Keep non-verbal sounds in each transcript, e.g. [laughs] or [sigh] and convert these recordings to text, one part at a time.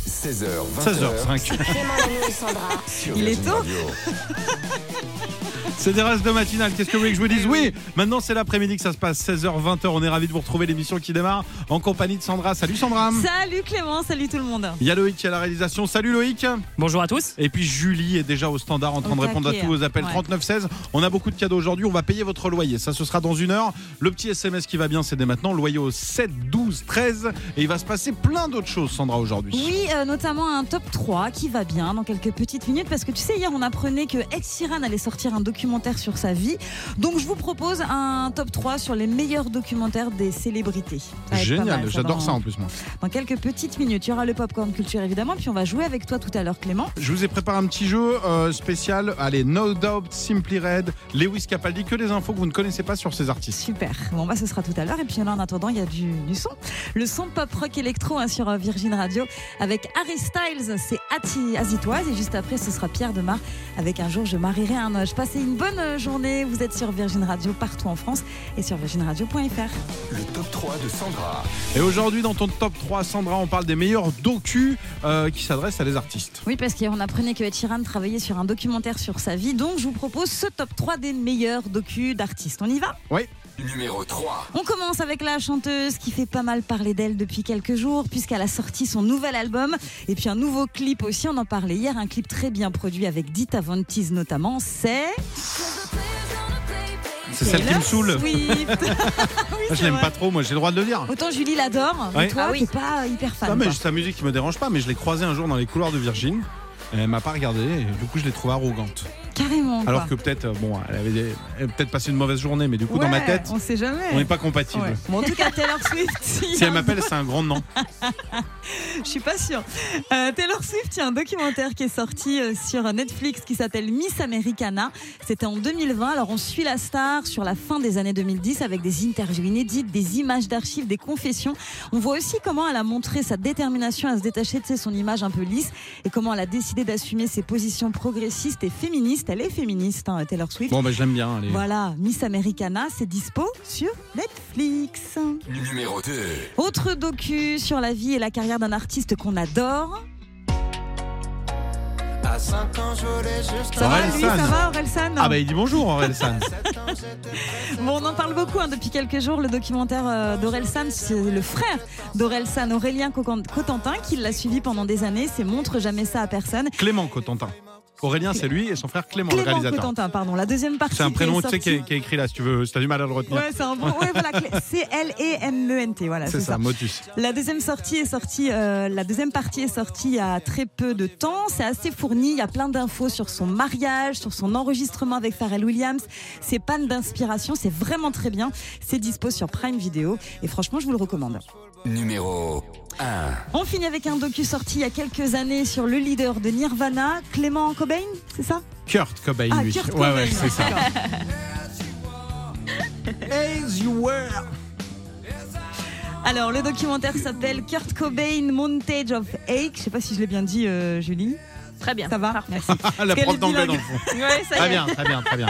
16h, 20h. 16h05. Clément Lanou et Sandra. Il est tôt. C'est des restes de matinale. Qu'est-ce que vous voulez que je vous dise Oui, maintenant c'est l'après-midi que ça se passe. 16h, 20h. On est ravis de vous retrouver. L'émission qui démarre en compagnie de Sandra. Salut Sandra. Salut Clément, salut tout le monde. Il y a Loïc qui est à la réalisation. Salut Loïc. Bonjour à tous. Et puis Julie est déjà au standard en train Au de répondre à taquet, hein. tous vos appels. ouais. 3916. On a beaucoup de cadeaux aujourd'hui. On va payer votre loyer. Ça, ce sera dans une heure. Le petit SMS qui va bien, c'est dès maintenant. Loyer au 7, 12, 13. Et il va se passer plein d'autres choses, Sandra, aujourd'hui. Oui, euh, notamment un top 3 qui va bien dans quelques petites minutes parce que tu sais, hier on apprenait que Ed Sheeran allait sortir un documentaire sur sa vie. Donc je vous propose un top 3 sur les meilleurs documentaires des célébrités. Ça va être pas mal, Génial. J'adore dans- ça en plus, moi. Dans quelques petites minutes, il y aura le popcorn culture évidemment, puis on va jouer avec toi tout à l'heure Clément. Je vous ai préparé un petit jeu euh, spécial. Allez, No Doubt, Simply Red, Lewis Capaldi, que des infos que vous ne connaissez pas sur ces artistes. Super. Bon bah ce sera tout à l'heure et puis là en attendant il y a du, du son. Le son pop rock électro hein, sur euh, Virgin Radio avec Harry Styles, c'est Ati- Azitoise et juste après ce sera Pierre Demar avec Un jour je marierai un ange. Passez une bonne euh, journée, vous êtes sur Virgin Radio partout en France et sur virginradio.fr. Le top 3 de Sandra. Et aujourd'hui, dans ton top 3, Sandra, on parle des meilleurs docus euh, qui s'adressent à des artistes. Oui parce qu'on apprenait que Ed Sheeran travaillait sur un documentaire sur sa vie donc je vous propose ce top 3 des meilleurs docus d'artistes. On y va Numéro 3. On commence avec la chanteuse qui fait pas mal parler d'elle depuis quelques jours puisqu'elle a sorti son nouvel album et puis un nouveau clip aussi, on en parlait hier, un clip très bien produit avec Dita Von Teese notamment, c'est... C'est celle qui me Taylor saoule. [laughs] Ah, Swift. Oui, Je c'est l'aime vrai. pas trop, moi j'ai le droit de le dire. Autant Julie l'adore, mais Ouais. toi Ah oui. t'es pas hyper fan. Non, mais quoi. sa musique qui me dérange pas, mais je l'ai croisée un jour dans les couloirs de Virgin. et Elle m'a pas regardé, et du coup je l'ai trouvée arrogante. Carrément. quoi. Alors que peut-être, euh, bon, elle avait des- elle avait peut-être passé une mauvaise journée, mais du coup dans Ouais, ma tête, On sait jamais. on n'est pas compatibles. Ouais. Bon, en tout cas, Taylor Swift. [laughs] il y Si a elle un m'appelle, c'est un grand [laughs] nom. Je suis pas sûre. Euh, Taylor Swift, il y a un documentaire qui est sorti euh, sur Netflix qui s'appelle Miss Americana. C'était en 2020. Alors on suit la star sur la fin des années 2010 avec des interviews inédites, des images d'archives, des confessions. On voit aussi comment elle a montré sa détermination à se détacher de tu sais, son image un peu lisse et comment elle a décidé d'assumer ses positions progressistes et féministes. Elle est féministe, hein, Taylor Swift. Bon, bah je l'aime bien. elle est- Voilà, Miss Americana, c'est dispo sur Netflix. Numéro 2. Autre docu sur la vie et la carrière d'un artiste qu'on adore. À 5 ans, je volais jusqu'à Ça va, Aurel Ah, lui, San. ça va, Aurel San Ah, bah il dit bonjour, Aurel San. 7 ans, j'étais Bon, on en parle beaucoup hein, depuis quelques jours. Le documentaire euh, d'Aurel San, c'est le frère d'Aurel San, Aurélien Cocan- Cotentin, qui l'a suivi pendant des années. C'est Montre jamais ça à personne. [laughs] Clément Cotentin. Aurélien, c'est lui, et son frère Clément, le Clément réalisateur. Cotentin, pardon, la deuxième partie. C'est un qui prénom est tu sais, qui, sortie. est, qui est écrit là, si tu veux, si t'as du mal à le retenir. Ouais, c'est un bon. Ouais, voilà, Clé- [laughs] E C-L-E-M-E-N-T. Voilà, c'est c'est ça, Motus. La deuxième sortie est sortie, euh, la deuxième partie est sortie il y a très peu de temps. C'est assez fourni. Il y a plein d'infos sur son mariage, sur son enregistrement avec Pharrell Williams, ses pannes d'inspiration. C'est vraiment très bien. C'est dispo sur Prime Video. Et franchement, je vous le recommande. Numéro 1. On finit avec un docu sorti il y a quelques années sur le leader de Nirvana, Clément Cobain, c'est ça Kurt Cobain, Ah, lui. Kurt ouais, Cobain. ouais, c'est ça. [laughs] D'accord. As you were. Alors, le documentaire s'appelle Kurt Cobain, Montage of Ache. Je sais pas si je l'ai bien dit, euh, Julie. Très bien. [laughs] Ça va Parfait. Merci. La qu'elle prof est d'anglais, dans bilingue. le fond. Ouais, ça Très y est. bien, très bien, très bien.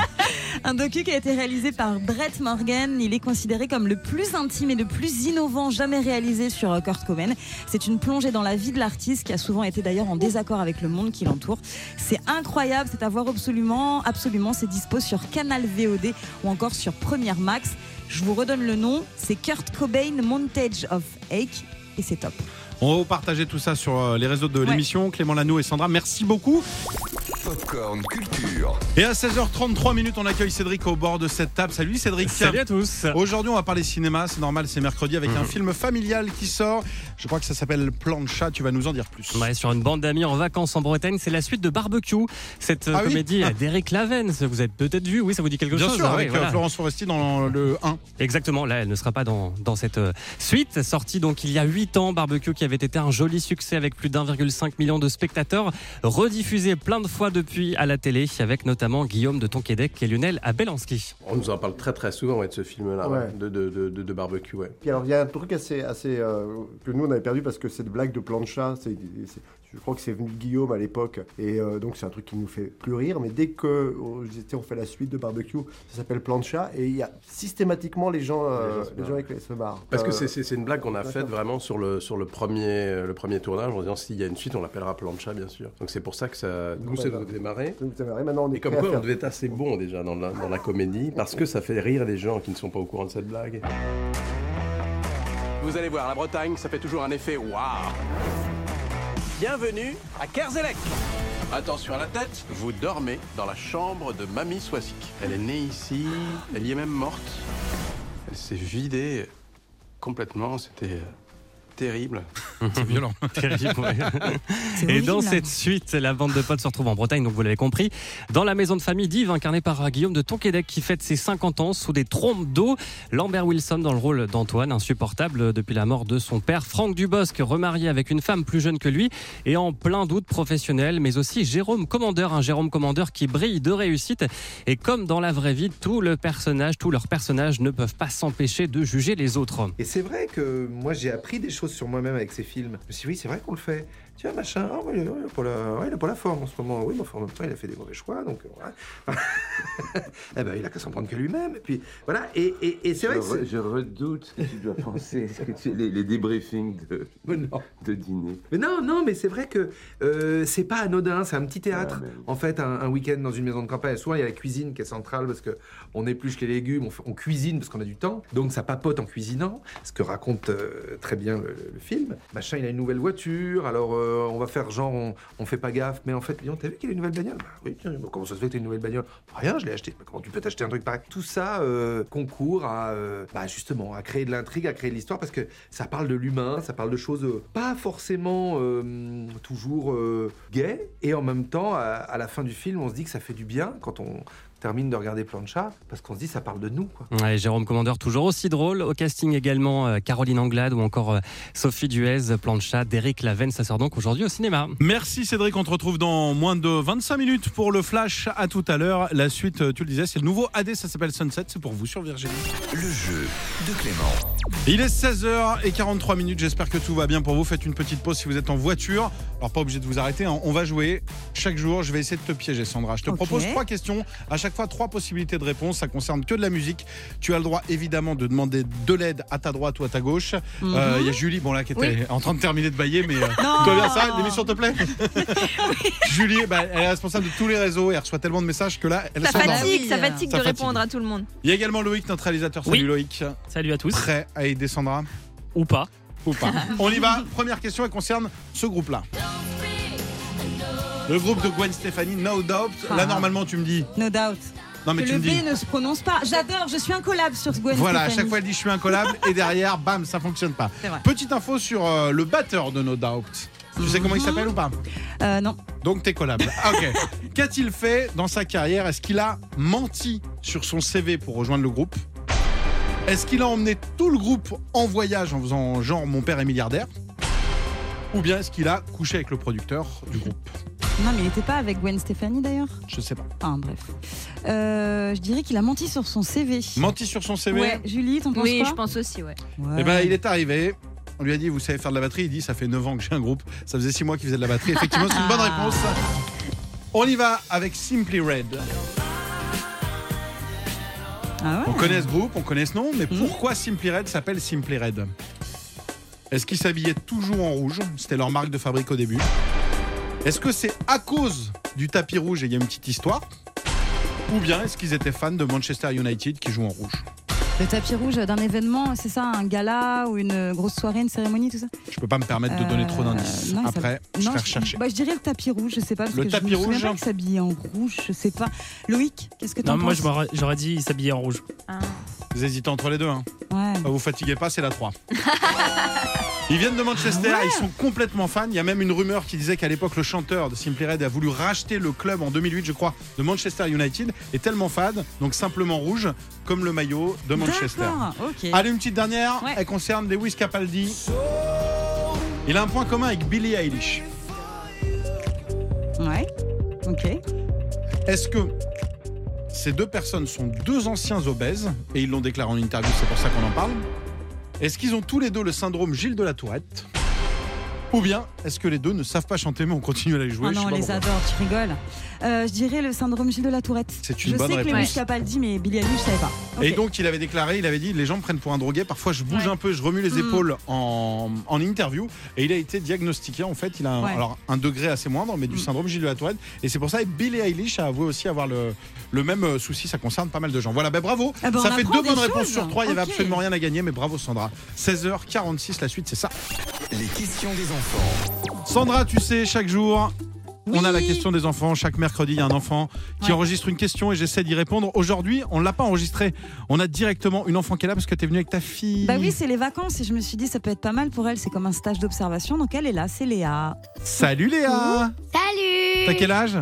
Un docu qui a été réalisé par Brett Morgan. Il est considéré comme le plus intime et le plus innovant jamais réalisé sur euh, Kurt Cobain. C'est une plongée dans la vie de l'artiste qui a souvent été d'ailleurs en désaccord avec le monde qui l'entoure. C'est incroyable, c'est à voir absolument. Absolument, c'est dispo sur Canal VOD ou encore sur Première Max. Je vous redonne le nom, c'est Kurt Cobain Montage of Ache et c'est top. On va vous partager tout ça sur euh, les réseaux de Ouais. l'émission. Clément Lano et Sandra, merci beaucoup. Popcorn Culture. Et à 16h33 minutes, on accueille Cédric au bord de cette table. Salut Cédric. Salut à tous. Aujourd'hui, on va parler cinéma. C'est normal, c'est mercredi avec un film familial qui sort. Je crois que ça s'appelle Plancha. Tu vas nous en dire plus. Ouais, sur une bande d'amis en vacances en Bretagne, c'est la suite de Barbecue. Cette euh, Ah oui comédie euh, d'Eric Laven, ça vous avez peut-être vu, oui, ça vous dit quelque Bien chose sûr, Ah oui, avec euh, voilà. Florence Foresti dans le 1. Exactement, là, elle ne sera pas dans, dans cette euh, suite. Sortie donc il y a 8 ans, Barbecue qui avait été un joli succès avec plus d'1,5 million de spectateurs, rediffusé plein de fois depuis à la télé, avec notamment Guillaume de Tonquédec et Lionel Abelanski. On nous en parle très très souvent ouais, de ce film-là, Ouais. ouais, de, de, de, de barbecue. Ouais. Puis alors, il y a un truc assez, assez euh, que nous on avait perdu parce que cette blague de plancha, c'est c'est- Je crois que c'est venu de Guillaume à l'époque. Et euh, donc, c'est un truc qui nous fait plus rire. Mais dès que euh, je disais, on fait la suite de barbecue, ça s'appelle Plancha. Et il y a systématiquement les gens, euh, Les gens se les gens avec les se marrent. Parce que Euh, c'est- c'est c'est une blague qu'on a d'accord. faite vraiment sur le, sur le, premier, euh, le premier tournage en disant s'il y a une suite, on l'appellera Plancha, bien sûr. Donc c'est pour ça que ça. Nous, ça bah, nous bah. démarrer. Donc, vous avez raison, maintenant, on est Et comme prêt à quoi, on faire- devait être assez bon déjà dans la, dans la comédie, parce que ça fait rire les gens qui ne sont pas au courant de cette blague. Vous allez voir, la Bretagne, ça fait toujours un effet waouh. Bienvenue à Kerzelec. Attention à la tête, vous dormez dans la chambre de Mamie Swasik. Elle est née ici, elle y est même morte. Elle s'est vidée complètement, c'était euh, terrible. C'est violent. [laughs] Terrible, ouais. C'est Et horrible, hein. dans là. cette suite, la bande de potes se retrouve en Bretagne, donc vous l'avez compris, dans la maison de famille d'Yves, incarnée par Guillaume de Tonquédec, qui fête ses 50 ans sous des trompes d'eau. Lambert Wilson dans le rôle d'Antoine, insupportable depuis la mort de son père. Franck Dubosc, remarié avec une femme plus jeune que lui et en plein doute professionnel, mais aussi Jérôme Commandeur, un Jérôme Commandeur qui brille de réussite. Et comme dans la vraie vie, tout le personnage, tous leurs personnages ne peuvent pas s'empêcher de juger les autres. Et c'est vrai que moi j'ai appris des choses sur moi-même avec ces films. Je me suis dit, oui, c'est vrai qu'on le fait. Tiens, machin, ah, ouais, ouais, il a pas la- ouais, il a pas la forme en ce moment. Oui, mais enfin, en même temps, il a fait des mauvais choix, donc. euh, ouais. [laughs] eh ben, il a qu'à s'en prendre que lui-même. Et puis, voilà. Et, et- et c'est vrai que. c'est- Je redoute ce que tu dois penser, ce que tu- les, les débriefings de, Mais non. de dîner. Mais non, non, mais c'est vrai que euh, c'est pas anodin, c'est un petit théâtre. Ouais, Ah, mais- En fait, un, un week-end dans une maison de campagne, souvent il y a la cuisine qui est centrale parce que on épluche les légumes, on, fait- on cuisine parce qu'on a du temps, donc ça papote en cuisinant, ce que raconte euh, très bien le, le film. Machin, il a une nouvelle voiture, alors euh, on va faire genre on, on fait pas gaffe, mais en fait, Lyon, t'as vu qu'il a une nouvelle bagnole Bah Oui, tiens, mais comment ça se fait que t'as une nouvelle bagnole Bah, Rien, je l'ai acheté. Mais comment tu peux t'acheter un truc pareil Tout ça euh, concourt à euh, bah, justement à créer de l'intrigue, à créer de l'histoire parce que ça parle de l'humain, ça parle de choses euh, pas forcément euh, toujours euh, gaies. Et en même temps, à, à la fin du film, on se dit que ça fait du bien quand on termine de regarder Plancha, parce qu'on se dit ça parle de nous. Quoi. Ouais, Jérôme Commandeur, toujours aussi drôle. Au casting également, euh, Caroline Anglade ou encore euh, Sophie Duez, Plancha, Derek Lavenne. Ça sort donc aujourd'hui au cinéma. Merci Cédric, on te retrouve dans moins de 25 minutes pour le flash. À tout à l'heure. La suite, euh, tu le disais, c'est le nouveau AD, ça s'appelle Sunset, c'est pour vous sur Virginie. Le jeu de Clément. Il est 16h43 minutes, j'espère que tout va bien pour vous. Faites une petite pause si vous êtes en voiture. Alors pas obligé de vous arrêter, hein. on va jouer chaque jour. Je vais essayer de te piéger Sandra. Je te Ok. propose trois questions, à chaque fois trois possibilités de réponse, ça concerne que de la musique. Tu as le droit évidemment de demander de l'aide à ta droite ou à ta gauche. Euh, Il y a Julie, bon là qui était en train de terminer de bailler, mais... euh, Mhm. [laughs] Non. Toi bien ça, l'émission te [laughs] plaît Julie, bah, elle est responsable de tous les réseaux et elle reçoit tellement de messages que là, elle Ça s'endort. fatigue, fatigue, ça fatigue euh, Ça de fatigue. répondre à tout le monde. Il y a également Loïc, notre réalisateur. Salut Oui. Loïc. Salut à tous. Prêt à aider Sandra Ou pas. ou [laughs] pas On y va. Première question, elle concerne ce groupe-là. Le groupe de Gwen Stefani, No Doubt. Là, Ah. normalement, tu me dis. No doubt. Non, mais que tu le me dis. B ne se prononce pas. J'adore, je suis un collab sur Gwen Voilà, à Stefani. chaque fois, elle dit je suis incollable et derrière, bam, ça fonctionne pas. C'est vrai. Petite info sur euh, le batteur de No Doubt. Tu sais comment Mhm. il s'appelle ou pas Euh, non. Donc t'es collable. Ah, Ok. [laughs] Qu'a-t-il fait dans sa carrière Est-ce qu'il a menti sur son CV pour rejoindre le groupe Est-ce qu'il a emmené tout le groupe en voyage en faisant genre mon père est milliardaire Ou bien est-ce qu'il a couché avec le producteur du groupe Non, mais il n'était pas avec Gwen Stefani d'ailleurs. Je sais pas. Ah, bref. Euh, je dirais qu'il a menti sur son CV. Menti sur son CV Ouais, Julie, t'en penses Oui, quoi je pense aussi, ouais. Ouais. Eh ben il est arrivé. On lui a dit vous savez faire de la batterie. Il dit ça fait 9 ans que j'ai un groupe. Ça faisait 6 mois qu'il faisait de la batterie. Effectivement c'est une bonne réponse. On y va avec Simply Red. Ah ouais On connaît ce groupe, on connaît ce nom, mais Hmm. pourquoi Simply Red s'appelle Simply Red Est-ce qu'ils s'habillaient toujours en rouge C'était leur marque de fabrique au début. Est-ce que c'est à cause du tapis rouge et il y a une petite histoire Ou bien est-ce qu'ils étaient fans de Manchester United qui joue en rouge Le tapis rouge d'un événement, c'est ça, un gala ou une grosse soirée, une cérémonie, tout ça Je peux pas me permettre de donner trop Euh, d'indices. non, il Après, je vais rechercher. Bah, je dirais le tapis rouge, je sais pas. Parce Le que tapis je me souviens rouge pas qu'il s'habillait en rouge, je sais pas. Loïc, qu'est-ce que tu Non, penses moi je m'aurais- j'aurais dit s'habiller en rouge. Ah. bah- Vous hésitez entre les deux. Hein. Ouais. Bah, Vous fatiguez pas, c'est la [laughs] 3. Ils viennent de Manchester, Ah ils sont complètement fans. Il y a même une rumeur qui disait qu'à l'époque, le chanteur de Simply Red a voulu racheter le club en 2008, je crois, de Manchester United. Et tellement fan, donc simplement rouge, comme le maillot de Manchester. Ah. D'accord, ok. Allez, une petite dernière. Ouais. Elle concerne Lewis Capaldi. Il a un point commun avec Billie Eilish. Ouais. Ok. Est-ce que ces deux personnes sont deux anciens obèses Et ils l'ont déclaré en interview, c'est pour ça qu'on en parle. Est-ce qu'ils ont tous les deux le syndrome Gilles de la Tourette Ou bien, est-ce que les deux ne savent pas chanter mais on continue à les jouer Ah Je non, sais on pas les pourquoi. adore, tu rigoles. Euh, je dirais le syndrome Gilles de la Tourette. C'est une je bonne sais que Lewis réponse. Capaldi, mais Billy Eilish, je savais pas. Ok. Et donc, il avait déclaré, il avait dit les gens me prennent pour un drogué. Parfois, je bouge Ouais. un peu, je remue les Mm. épaules en, en interview. Et il a été diagnostiqué. En fait, il a un, Ouais. Mm. alors, un degré assez moindre, mais du syndrome Gilles de la Tourette. Et c'est pour ça que Billy Eilish a avoué aussi avoir le, le même euh, souci. Ça concerne pas mal de gens. Voilà, ben bravo. Ah ben, ça on fait apprend deux des bonnes choses. réponses sur trois. Il n'y avait Ok. absolument rien à gagner, mais bravo Sandra. 16h46, la suite, c'est ça. Les questions des enfants. Sandra, tu sais, chaque jour. On a la Oui. question des enfants. Chaque mercredi, il y a un enfant qui Ouais. enregistre une question et j'essaie d'y répondre. Aujourd'hui, on ne l'a pas enregistré. On a directement une enfant qui est là parce que tu es venue avec ta fille. Bah oui, c'est les vacances et je me suis dit ça peut être pas mal pour elle. C'est comme un stage d'observation, donc elle est là, c'est Léa. Salut Léa Salut T'as quel âge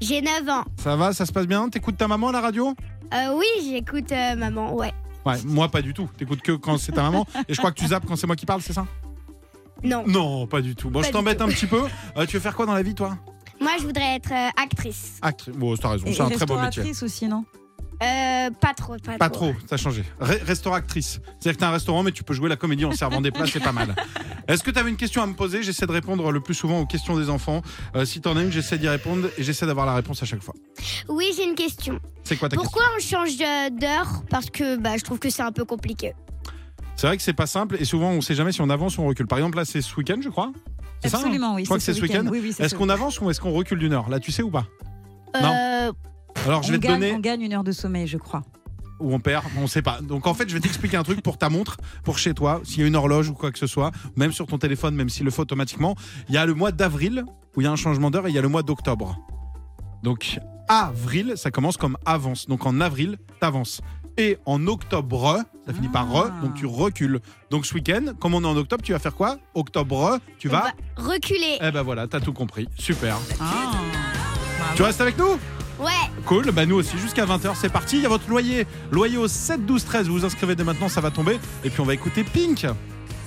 J'ai 9 ans. Ça va, ça se passe bien T'écoutes ta maman à la radio Euh, oui, j'écoute euh, maman, ouais. Ouais, moi pas du tout. T'écoutes que quand c'est ta [laughs] maman. Et je crois que tu zappes quand c'est moi qui parle, c'est ça Non. Non, pas du tout. Bon, Pas je du t'embête tout. un petit peu. Euh, tu veux faire quoi dans la vie, toi Moi, je voudrais être euh, actrice. Actrice. Bon, t'as raison, Et- c'est et un très beau métier. restauratrice aussi, non Euh, pas trop, pas, Pas trop, ça a changé. Re- restauratrice. C'est-à-dire que t'as un restaurant, mais tu peux jouer la comédie en servant des plats, c'est pas mal. Est-ce que t'avais une question à me poser J'essaie de répondre le plus souvent aux questions des enfants. Euh, si t'en as une, j'essaie d'y répondre et j'essaie d'avoir la réponse à chaque fois. Oui, j'ai une question. C'est quoi ta Pourquoi on change euh, d'heure Parce que bah, je trouve que c'est un peu compliqué. question C'est vrai que c'est pas simple et souvent on sait jamais si on avance ou on recule. Par exemple, là, c'est ce week-end, je crois C'est ça, hein Absolument, oui, Je crois que c'est c'est ce week-end. Oui, oui, c'est est-ce ce qu'on week-end. avance ou est-ce qu'on recule d'une heure Là, tu sais ou pas Euh, Alors, je on vais te gagne- donner. On gagne une heure de sommeil, je crois. ou on perd, on sait pas. Donc en fait, je vais t'expliquer un truc pour ta montre, pour chez toi, s'il y a une horloge ou quoi que ce soit, même sur ton téléphone, même s'il le faut automatiquement. Il y a le mois d'avril où il y a un changement d'heure et il y a le mois d'octobre. Donc avril, ça commence comme avance. Donc en avril, t'avances. Et en octobre, ça finit par re, donc tu recules. Donc ce week-end, comme on est en octobre, tu vas faire quoi Octobre, tu On vas. va reculer. Eh ben voilà, t'as tout compris. Super. Ah. Tu restes avec nous Ouais. Cool, bah nous aussi jusqu'à 20h, c'est parti. Il y a votre loyer, loyer au 7 12 13. Vous vous inscrivez dès maintenant, ça va tomber. Et puis on va écouter Pink.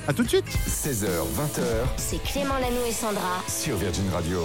À tout de suite. 16h, 20h C'est Clément Lanou et Sandra. sur Virgin Radio.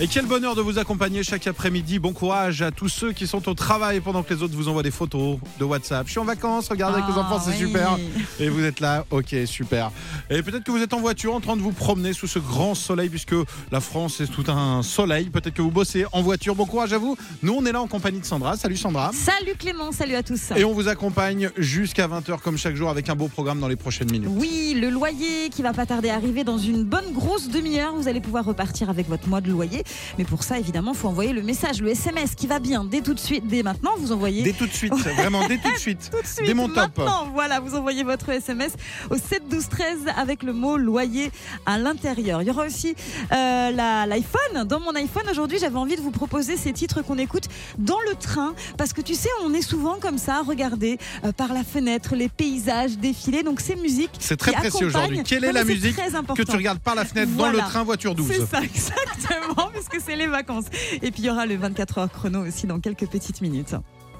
Et quel bonheur de vous accompagner chaque après-midi. Bon courage à tous ceux qui sont au travail pendant que les autres vous envoient des photos de WhatsApp. Je suis en vacances, regardez avec les Ah, enfants, c'est oui. super. Et vous êtes là, ok, super. Et peut-être que vous êtes en voiture en train de vous promener sous ce grand soleil, puisque la France est tout un soleil. Peut-être que vous bossez en voiture. Bon courage à vous. Nous, on est là en compagnie de Sandra. Salut Sandra. Salut Clément, salut à tous. Et on vous accompagne jusqu'à 20h comme chaque jour avec un beau programme dans les prochaines minutes. Oui, le loyer qui va pas tarder à arriver dans une bonne grosse demi-heure. Vous allez pouvoir repartir avec votre mois de loyer. Mais pour ça, évidemment, faut envoyer le message, le SMS qui va bien dès tout de suite, dès maintenant. Vous envoyez. Dès tout de [laughs] suite, vraiment dès tout de suite. tout de suite, dès mon top. maintenant, voilà, vous envoyez votre SMS au 7 12 13 avec le mot loyer à l'intérieur. Il y aura aussi euh, la- l'iPhone. Dans mon iPhone aujourd'hui, j'avais envie de vous proposer ces titres qu'on écoute dans le train parce que tu sais, on est souvent comme ça, regarder euh, par la fenêtre les paysages défiler. Donc ces musiques, C'est très qui précieux accompagnent- aujourd'hui. Quelle Non, est la mais c'est musique très que important. tu regardes par la fenêtre dans Voilà. le train voiture 12 C'est ça, [laughs] exactement, puisque c'est les vacances. Et puis il y aura le 24 heures chrono aussi dans quelques petites minutes.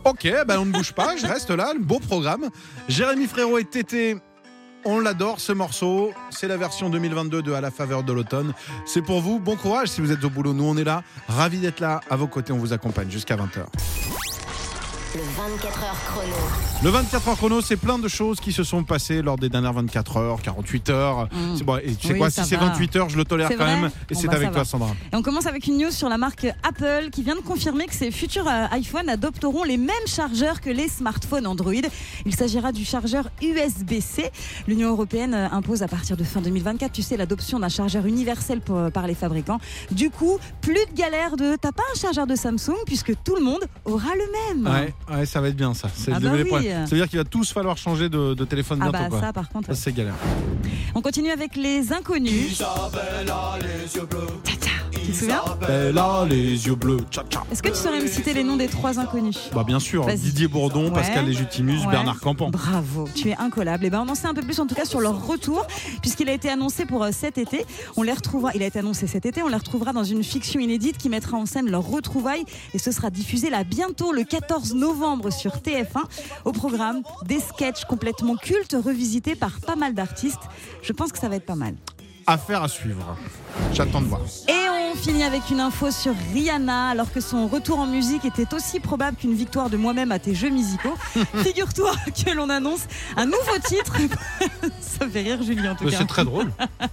Ok, ben on ne bouge pas, je reste là, le beau programme. Jérémy Frérot et Tété, on l'adore ce morceau. C'est la version 2022 de À la faveur de l'automne. C'est pour vous, bon courage si vous êtes au boulot. Nous, on est là, ravis d'être là, à vos côtés, on vous accompagne jusqu'à 20h. Le 24 heures chrono. Le 24 heures chrono, c'est plein de choses qui se sont passées lors des dernières 24 heures, 48 heures. C'est bon, et tu sais Mm. Oui, quoi, ça si c'est va. 28 heures, je le tolère C'est quand vrai même. Et Bon, c'est bah, avec ça toi, va. Sandra. Et on commence avec une news sur la marque Apple qui vient de confirmer que ses futurs euh, iPhone adopteront les mêmes chargeurs que les smartphones Android. Il s'agira du chargeur USB-C. L'Union européenne euh, impose à partir de fin 2024, tu sais, l'adoption d'un chargeur universel pour- euh, par les fabricants. Du coup, plus de galère de t'as pas un chargeur de Samsung puisque tout le monde aura le même. Ouais, ouais, ça va être bien ça. C'est Ah le bah les oui. problèmes. Ça veut dire qu'il va tous falloir changer de, de téléphone Ah bientôt. bah, quoi. ça, par contre, Ça, c'est galère. On continue avec les inconnus. Tu te souviens Elle a les yeux bleus. Tcha, tcha. Est-ce que tu saurais me citer les noms des trois inconnus Bah bien sûr, Vas-y. Didier Bourdon, Ouais. Pascal Légitimus, Ouais. Bernard Campan. Bravo, tu es incollable. Et ben on en sait un peu plus en tout cas sur leur retour, puisqu'il a été annoncé pour euh, cet été. On les retrouvera. Il a été annoncé cet été. On les retrouvera dans une fiction inédite qui mettra en scène leur retrouvaille et ce sera diffusé là bientôt le 14 novembre sur TF1. Au programme des sketchs complètement cultes revisités par pas mal d'artistes. Je pense que ça va être pas mal. Affaire à suivre. J'attends de voir. Et on on finit avec une info sur Rihanna. Alors que son retour en musique était aussi probable qu'une victoire de moi-même à tes [laughs] jeux musicaux, figure-toi que l'on annonce un nouveau titre. [laughs] Ça fait rire Julien en tout Mais cas. c'est très drôle. Ah,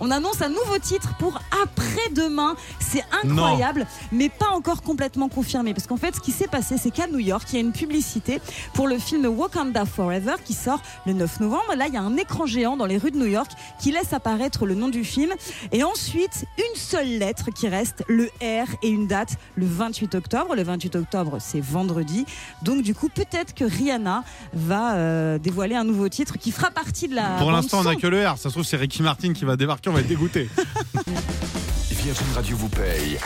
On annonce un nouveau titre pour après-demain. C'est incroyable, mais pas encore complètement confirmé. Parce qu'en fait, ce qui s'est passé, c'est qu'à New York, il y a une publicité pour le film Wakanda Forever qui sort le 9 novembre. Là, il y a un écran géant dans les rues de New York qui laisse apparaître le nom du film. Et ensuite, une seule lettre qui reste, le R, et une date, le 28 octobre. Le 28 octobre, c'est vendredi. Donc, du coup, peut-être que Rihanna va euh, dévoiler un nouveau titre qui fera partie de la. Pour bande l'instant, on n'a son. que le R. Ça se trouve, c'est Ricky Martin qui va débarquer, on va être dégoûté. Virgin Radio vous paye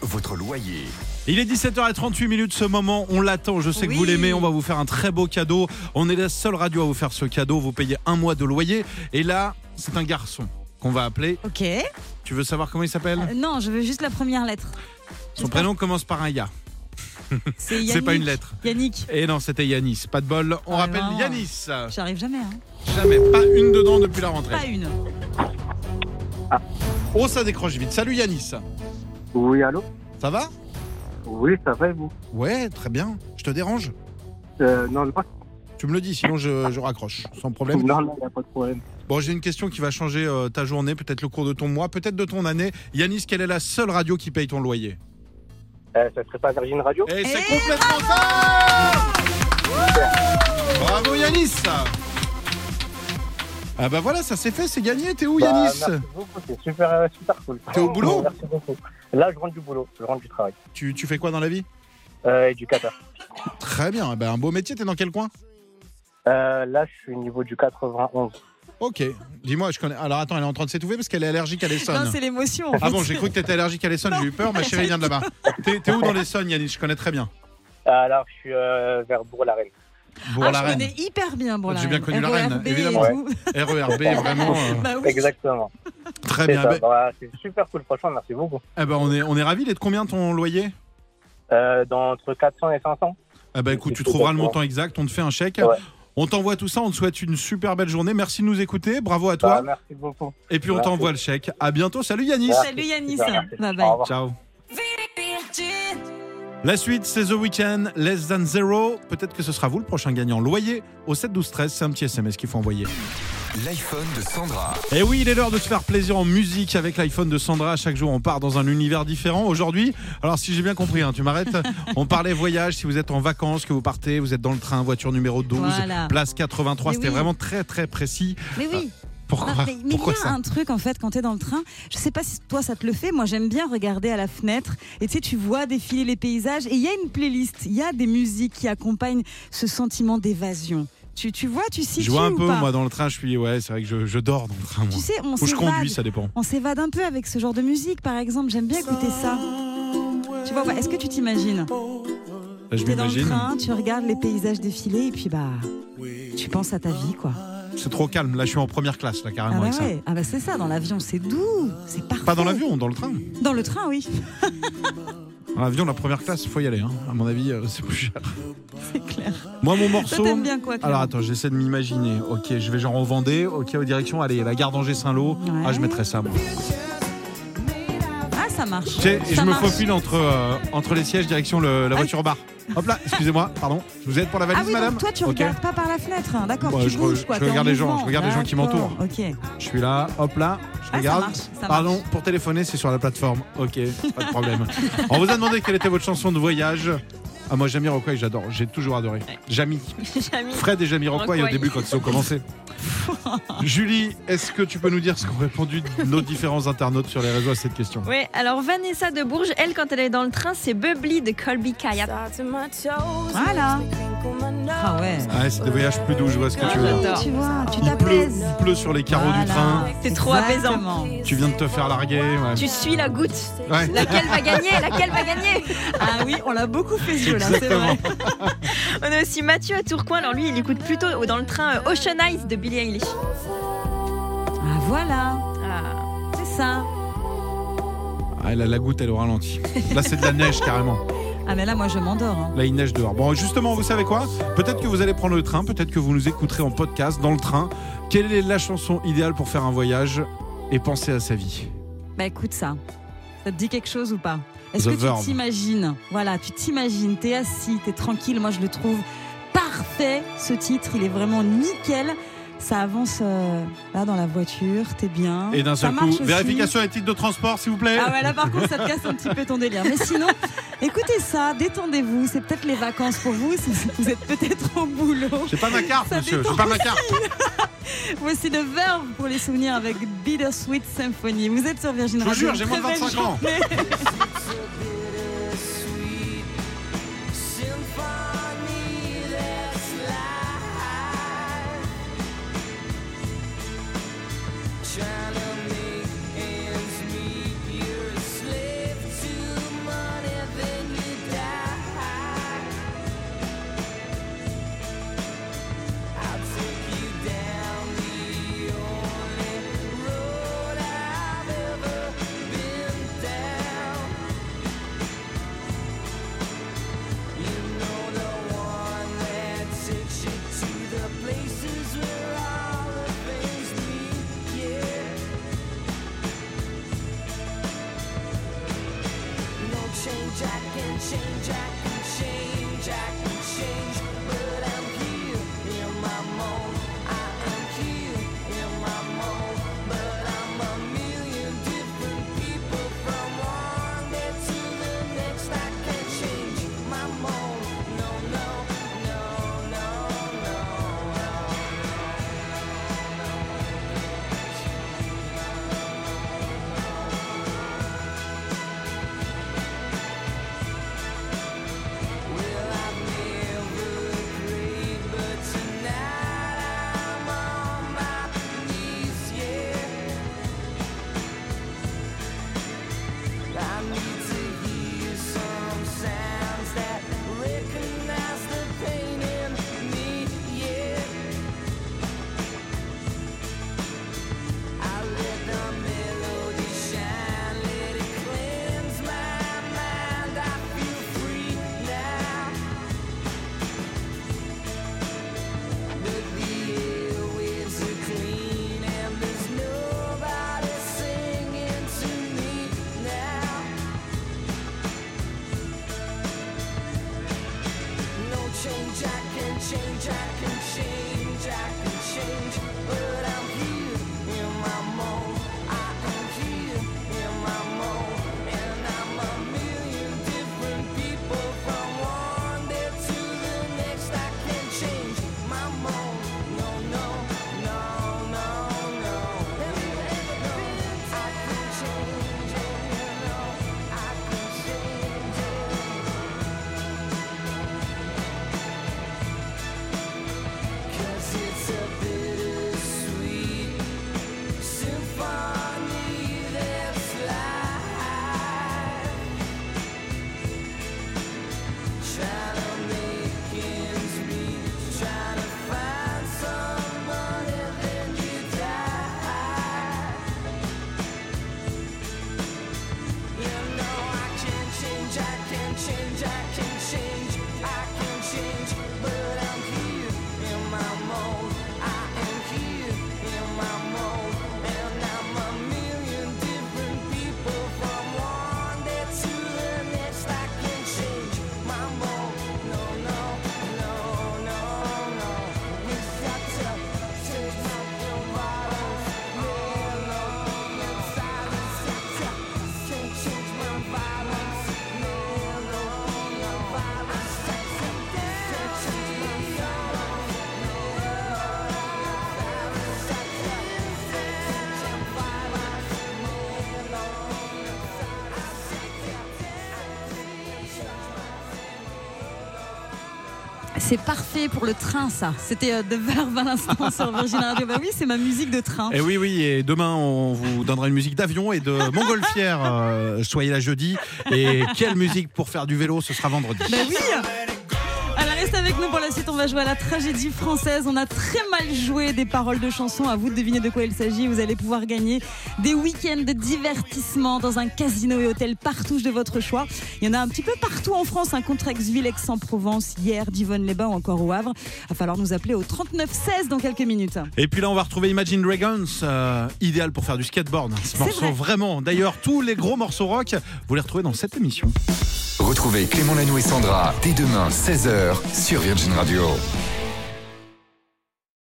votre loyer. Il est 17h38 minutes ce moment, on l'attend, je sais que vous Oui. l'aimez, on va vous faire un très beau cadeau. On est la seule radio à vous faire ce cadeau, vous payez un mois de loyer. Et là, c'est un garçon qu'on va appeler. Ok. Tu veux savoir comment il s'appelle Euh, non, je veux juste la première lettre. Son prénom commence par un Ya. C'est Yannick. pas une lettre. Yannick. Et non, c'était Yanis. Pas de bol. On Ah rappelle non. Yanis. J'arrive jamais. hein. Jamais. Pas une dedans depuis la rentrée. Pas une. Oh, ça décroche vite. Salut Yanis. Oui, allô Ça va Oui, ça va et vous Ouais, très bien. Je te dérange euh, Non, pas. Tu me le dis, sinon je, je raccroche. Sans problème. Non, non, il n'y a pas de problème. Bon, j'ai une question qui va changer euh, ta journée, peut-être le cours de ton mois, peut-être de ton année. Yanis, quelle est la seule radio qui paye ton loyer Euh, ça serait pas Virgin Radio Et c'est complètement ça Bravo Yanis Ah bah voilà, ça s'est fait, c'est gagné. T'es où Bah, Yanis Merci beaucoup, c'est super, euh, super cool. T'es au [laughs] boulot Merci beaucoup. Là, je rentre du boulot, je rentre du travail. tu, tu fais quoi dans la vie Euh, éducateur. Très bien, eh ben, un beau métier, t'es dans quel coin Euh, là, je suis au niveau du 91. Ok, dis-moi, je connais. Alors attends, elle est en train de s'étouffer parce qu'elle est allergique à l'Essonne. Non, c'est l'émotion. en Ah fait. bon, j'ai cru que t'étais allergique à l'Essonne, j'ai eu peur, ma chérie vient de là-bas. T'es t'es où dans l'Essonne Yanis Je connais très bien. Alors, je suis euh, vers Bourg-la-Reine. Ah, Bourg-la-Reine. je connais hyper bien Bourg-la-Reine. J'ai bien connu la RERB reine, et évidemment. tout. RERB, vraiment. [laughs] euh, Bah oui. Exactement. Très C'est bien. ça, Ben- bah, c'est super cool, franchement, merci beaucoup. eh ben, on est, on est ravis. Il est de combien ton loyer Euh, dans entre 400 et 500. Eh ben, écoute, tu trouveras le montant exact, on te fait un chèque. On t'envoie tout ça, on te souhaite une super belle journée. Merci de nous écouter, bravo à toi. Bah, merci beaucoup. Et puis on Merci. t'envoie le chèque. À bientôt, salut Yanis. Salut Yanis. Bye bye. Ciao. La suite, c'est The Weeknd, Less Than Zero. Peut-être que ce sera vous le prochain gagnant. Loyer au 7 12 13, c'est un petit SMS qu'il faut envoyer. L'iPhone de Sandra. Et Eh oui, il est l'heure de se faire plaisir en musique avec l'iPhone de Sandra. Chaque jour, on part dans un univers différent. Aujourd'hui, alors si j'ai bien compris, hein, tu [laughs] m'arrêtes, on parlait voyage, si vous êtes en vacances, que vous partez, vous êtes dans le train, voiture numéro 12, Voilà. place 83, Mais c'était oui. vraiment très très précis. Mais oui. Pourquoi, Non, mais mais Ah, pourquoi il y a ça un truc en fait quand t'es dans le train. Je sais pas si toi ça te le fait. Moi j'aime bien regarder à la fenêtre et tu sais tu vois défiler les paysages et il y a une playlist. Il y a des musiques qui accompagnent ce sentiment d'évasion. Tu, tu vois tu situes Je vois un ou peu, pas moi, dans le train, je suis. Ouais, c'est vrai que je, je dors dans le train, moi. Tu sais, on Ou je s'évade. conduis, ça dépend. On s'évade un peu avec ce genre de musique, par exemple. J'aime bien écouter ça. Tu vois, est-ce que tu t'imagines Là, je T'es dans le m'imagine. train, tu regardes les paysages défiler et puis bah, tu penses à ta vie, quoi. C'est trop calme. Là, je suis en première classe, là, Ah carrément, bah avec ça. ouais, ah bah c'est ça. Dans l'avion, c'est doux, c'est parfait. Pas dans l'avion, dans le train. Dans le train, oui. Dans l'avion, la première classe, il faut y aller. hein. À mon avis, euh, c'est plus cher. [laughs] C'est clair. Moi, mon Toi, morceau. t'aimes bien quoi, Clément Alors, attends, j'essaie de m'imaginer. Ok, je vais genre en Vendée. Ok, aux directions. Allez, la gare d'Angers-Saint-Lô. Ah, je mettrais ça, moi. Ah, ça marche. Tu sais, Ça je me marche. faufile entre, euh, entre les sièges, direction le- la voiture bar. Hop là, excusez-moi, pardon. Je vous aide pour la valise, ah oui, madame donc toi, tu Ok. regardes pas par la fenêtre, hein, d'accord Bah, Tu je, re- bouges, quoi. je t'es en regarde les gens, mouvement. je regarde les gens qui D'accord, m'entourent. Ok. Ah, Je suis là, hop là, je ça regarde. marche, ça marche. Pardon, pour téléphoner, c'est sur la plateforme. Ok, pas de problème. On vous a demandé quelle était votre chanson de voyage. Ah, moi, Jamie Rockway, j'adore, j'ai toujours adoré. Jamie. Fred et Jamie Rockway au début quand ils ont commencé. Julie, est-ce que tu peux nous dire ce qu'ont répondu nos différents internautes sur les réseaux à cette question Oui, alors Vanessa de Bourges, elle, quand elle est dans le train, c'est Bubbly de Colby Ah, Kaya. Hein Voilà. Ah ouais. Ah, Ah, c'est des voyages plus doux, je vois ce que tu veux dire. Tu vois, tu Il pleut, t'apaises. il pleut sur les carreaux du train. C'est trop Exactement. apaisant. Tu viens de te faire larguer. ouais. Tu suis la goutte. Ouais. Laquelle va gagner Laquelle va gagner Ah oui, on l'a beaucoup fait ce jeu-là, c'est Exactement. vrai. On a aussi Mathieu à Tourcoing. Alors lui, il écoute plutôt euh, dans le train euh, Ocean Eyes de Billie Eilish. Ah voilà, c'est ça. Ah, elle a la goutte, elle est au ralenti. Là, c'est de la neige carrément. Ah mais là, moi, je m'endors. hein. Là, il neige dehors. Bon, justement, vous savez quoi Peut-être que vous allez prendre le train, peut-être que vous nous écouterez en podcast, dans le train. Quelle est la chanson idéale pour faire un voyage et penser à sa vie Bah écoute ça. Ça te dit quelque chose ou pas The Est-ce que Verve. tu t'imagines Voilà, tu t'imagines, t'es assis, t'es tranquille. Moi, je le trouve parfait, ce titre. Il est vraiment nickel. Ça avance euh, là dans la voiture, t'es bien. Et d'un Ça seul coup, marche aussi. vérification des titres de transport, s'il vous plaît. Ah ouais, là par contre, ça te casse un petit peu ton délire. Mais sinon, [laughs] écoutez ça, détendez-vous. C'est peut-être les vacances pour vous. c'est- Vous êtes peut-être au boulot. J'ai pas ma carte, Ça monsieur, détend j'ai pas ma carte. Voici le verbe pour les souvenirs avec Bittersweet Symphony. Vous êtes sur Virgin Je vous Radio. jure, j'ai moins de Très belle 25 ans. journée. Places where all the things meet, yeah. No change, I can change, I can change, I can change. But I'm here in my mode. I am here in my mode. But I'm a million different people from one day to the next. I can change my mode. No, no, no, no, no, no. Well, I've never prayed, but tonight I'm on my knees, yeah. I need to hear some sounds that recognize the pain in me, yeah. I let the melody shine, let it cleanse my mind. I feel free now. But the airwaves are clean, and there's nobody singing to me now. No change, I can change, I can change, I can change. But I'm here in my mode. I am here in my mode. And I'm a million different people from one day to the next. I can change my mode. No, no, no, no, no. I can change it, no, I can change it. Cause it's a bittersweet symphony that's life. Try to make ends meet, try to find someone and then you die. You know I can change, I can change, I can change, I can change, but I'm here in my mode. I am here in my mode, and I'm a million different people from one day to the next. I can change my mode. No, no, no, no, no. Yes, I tell, change my environment. Melody and silence. I tell, can't change my violence. Melody and violence. I tell, can't change my violence. C'est parfait pour le train, ça. C'était euh, The Verve à l'instant sur Virgin Radio. Bah oui, c'est ma musique de train. Et Eh oui, oui, et demain, on vous donnera une musique d'avion [laughs] et de montgolfière. euh, soyez Ben là jeudi. Et quelle musique pour faire du vélo, ce sera vendredi. Bah oui. Alors reste avec avec nous pour la suite. On va jouer à la tragédie française. On a très mal joué des paroles de chansons. À vous de deviner de quoi il s'agit. Vous allez pouvoir gagner des week-ends de divertissement dans un casino et hôtel partouche de votre choix. Il y en a un petit peu partout en France. Un contre Aix-Ville, Aix-en-Provence, hier, Divonne-les-Bains ou encore au Havre. Il va falloir nous appeler au 3916 dans quelques minutes. Et puis là, on va retrouver Imagine Dragons, euh, idéal pour faire du skateboard. Ce morceau, vraiment. D'ailleurs, tous les gros morceaux rock, vous les retrouvez dans cette émission. Retrouvez Clément Lanou et Sandra dès demain 16h sur Virgin Radio.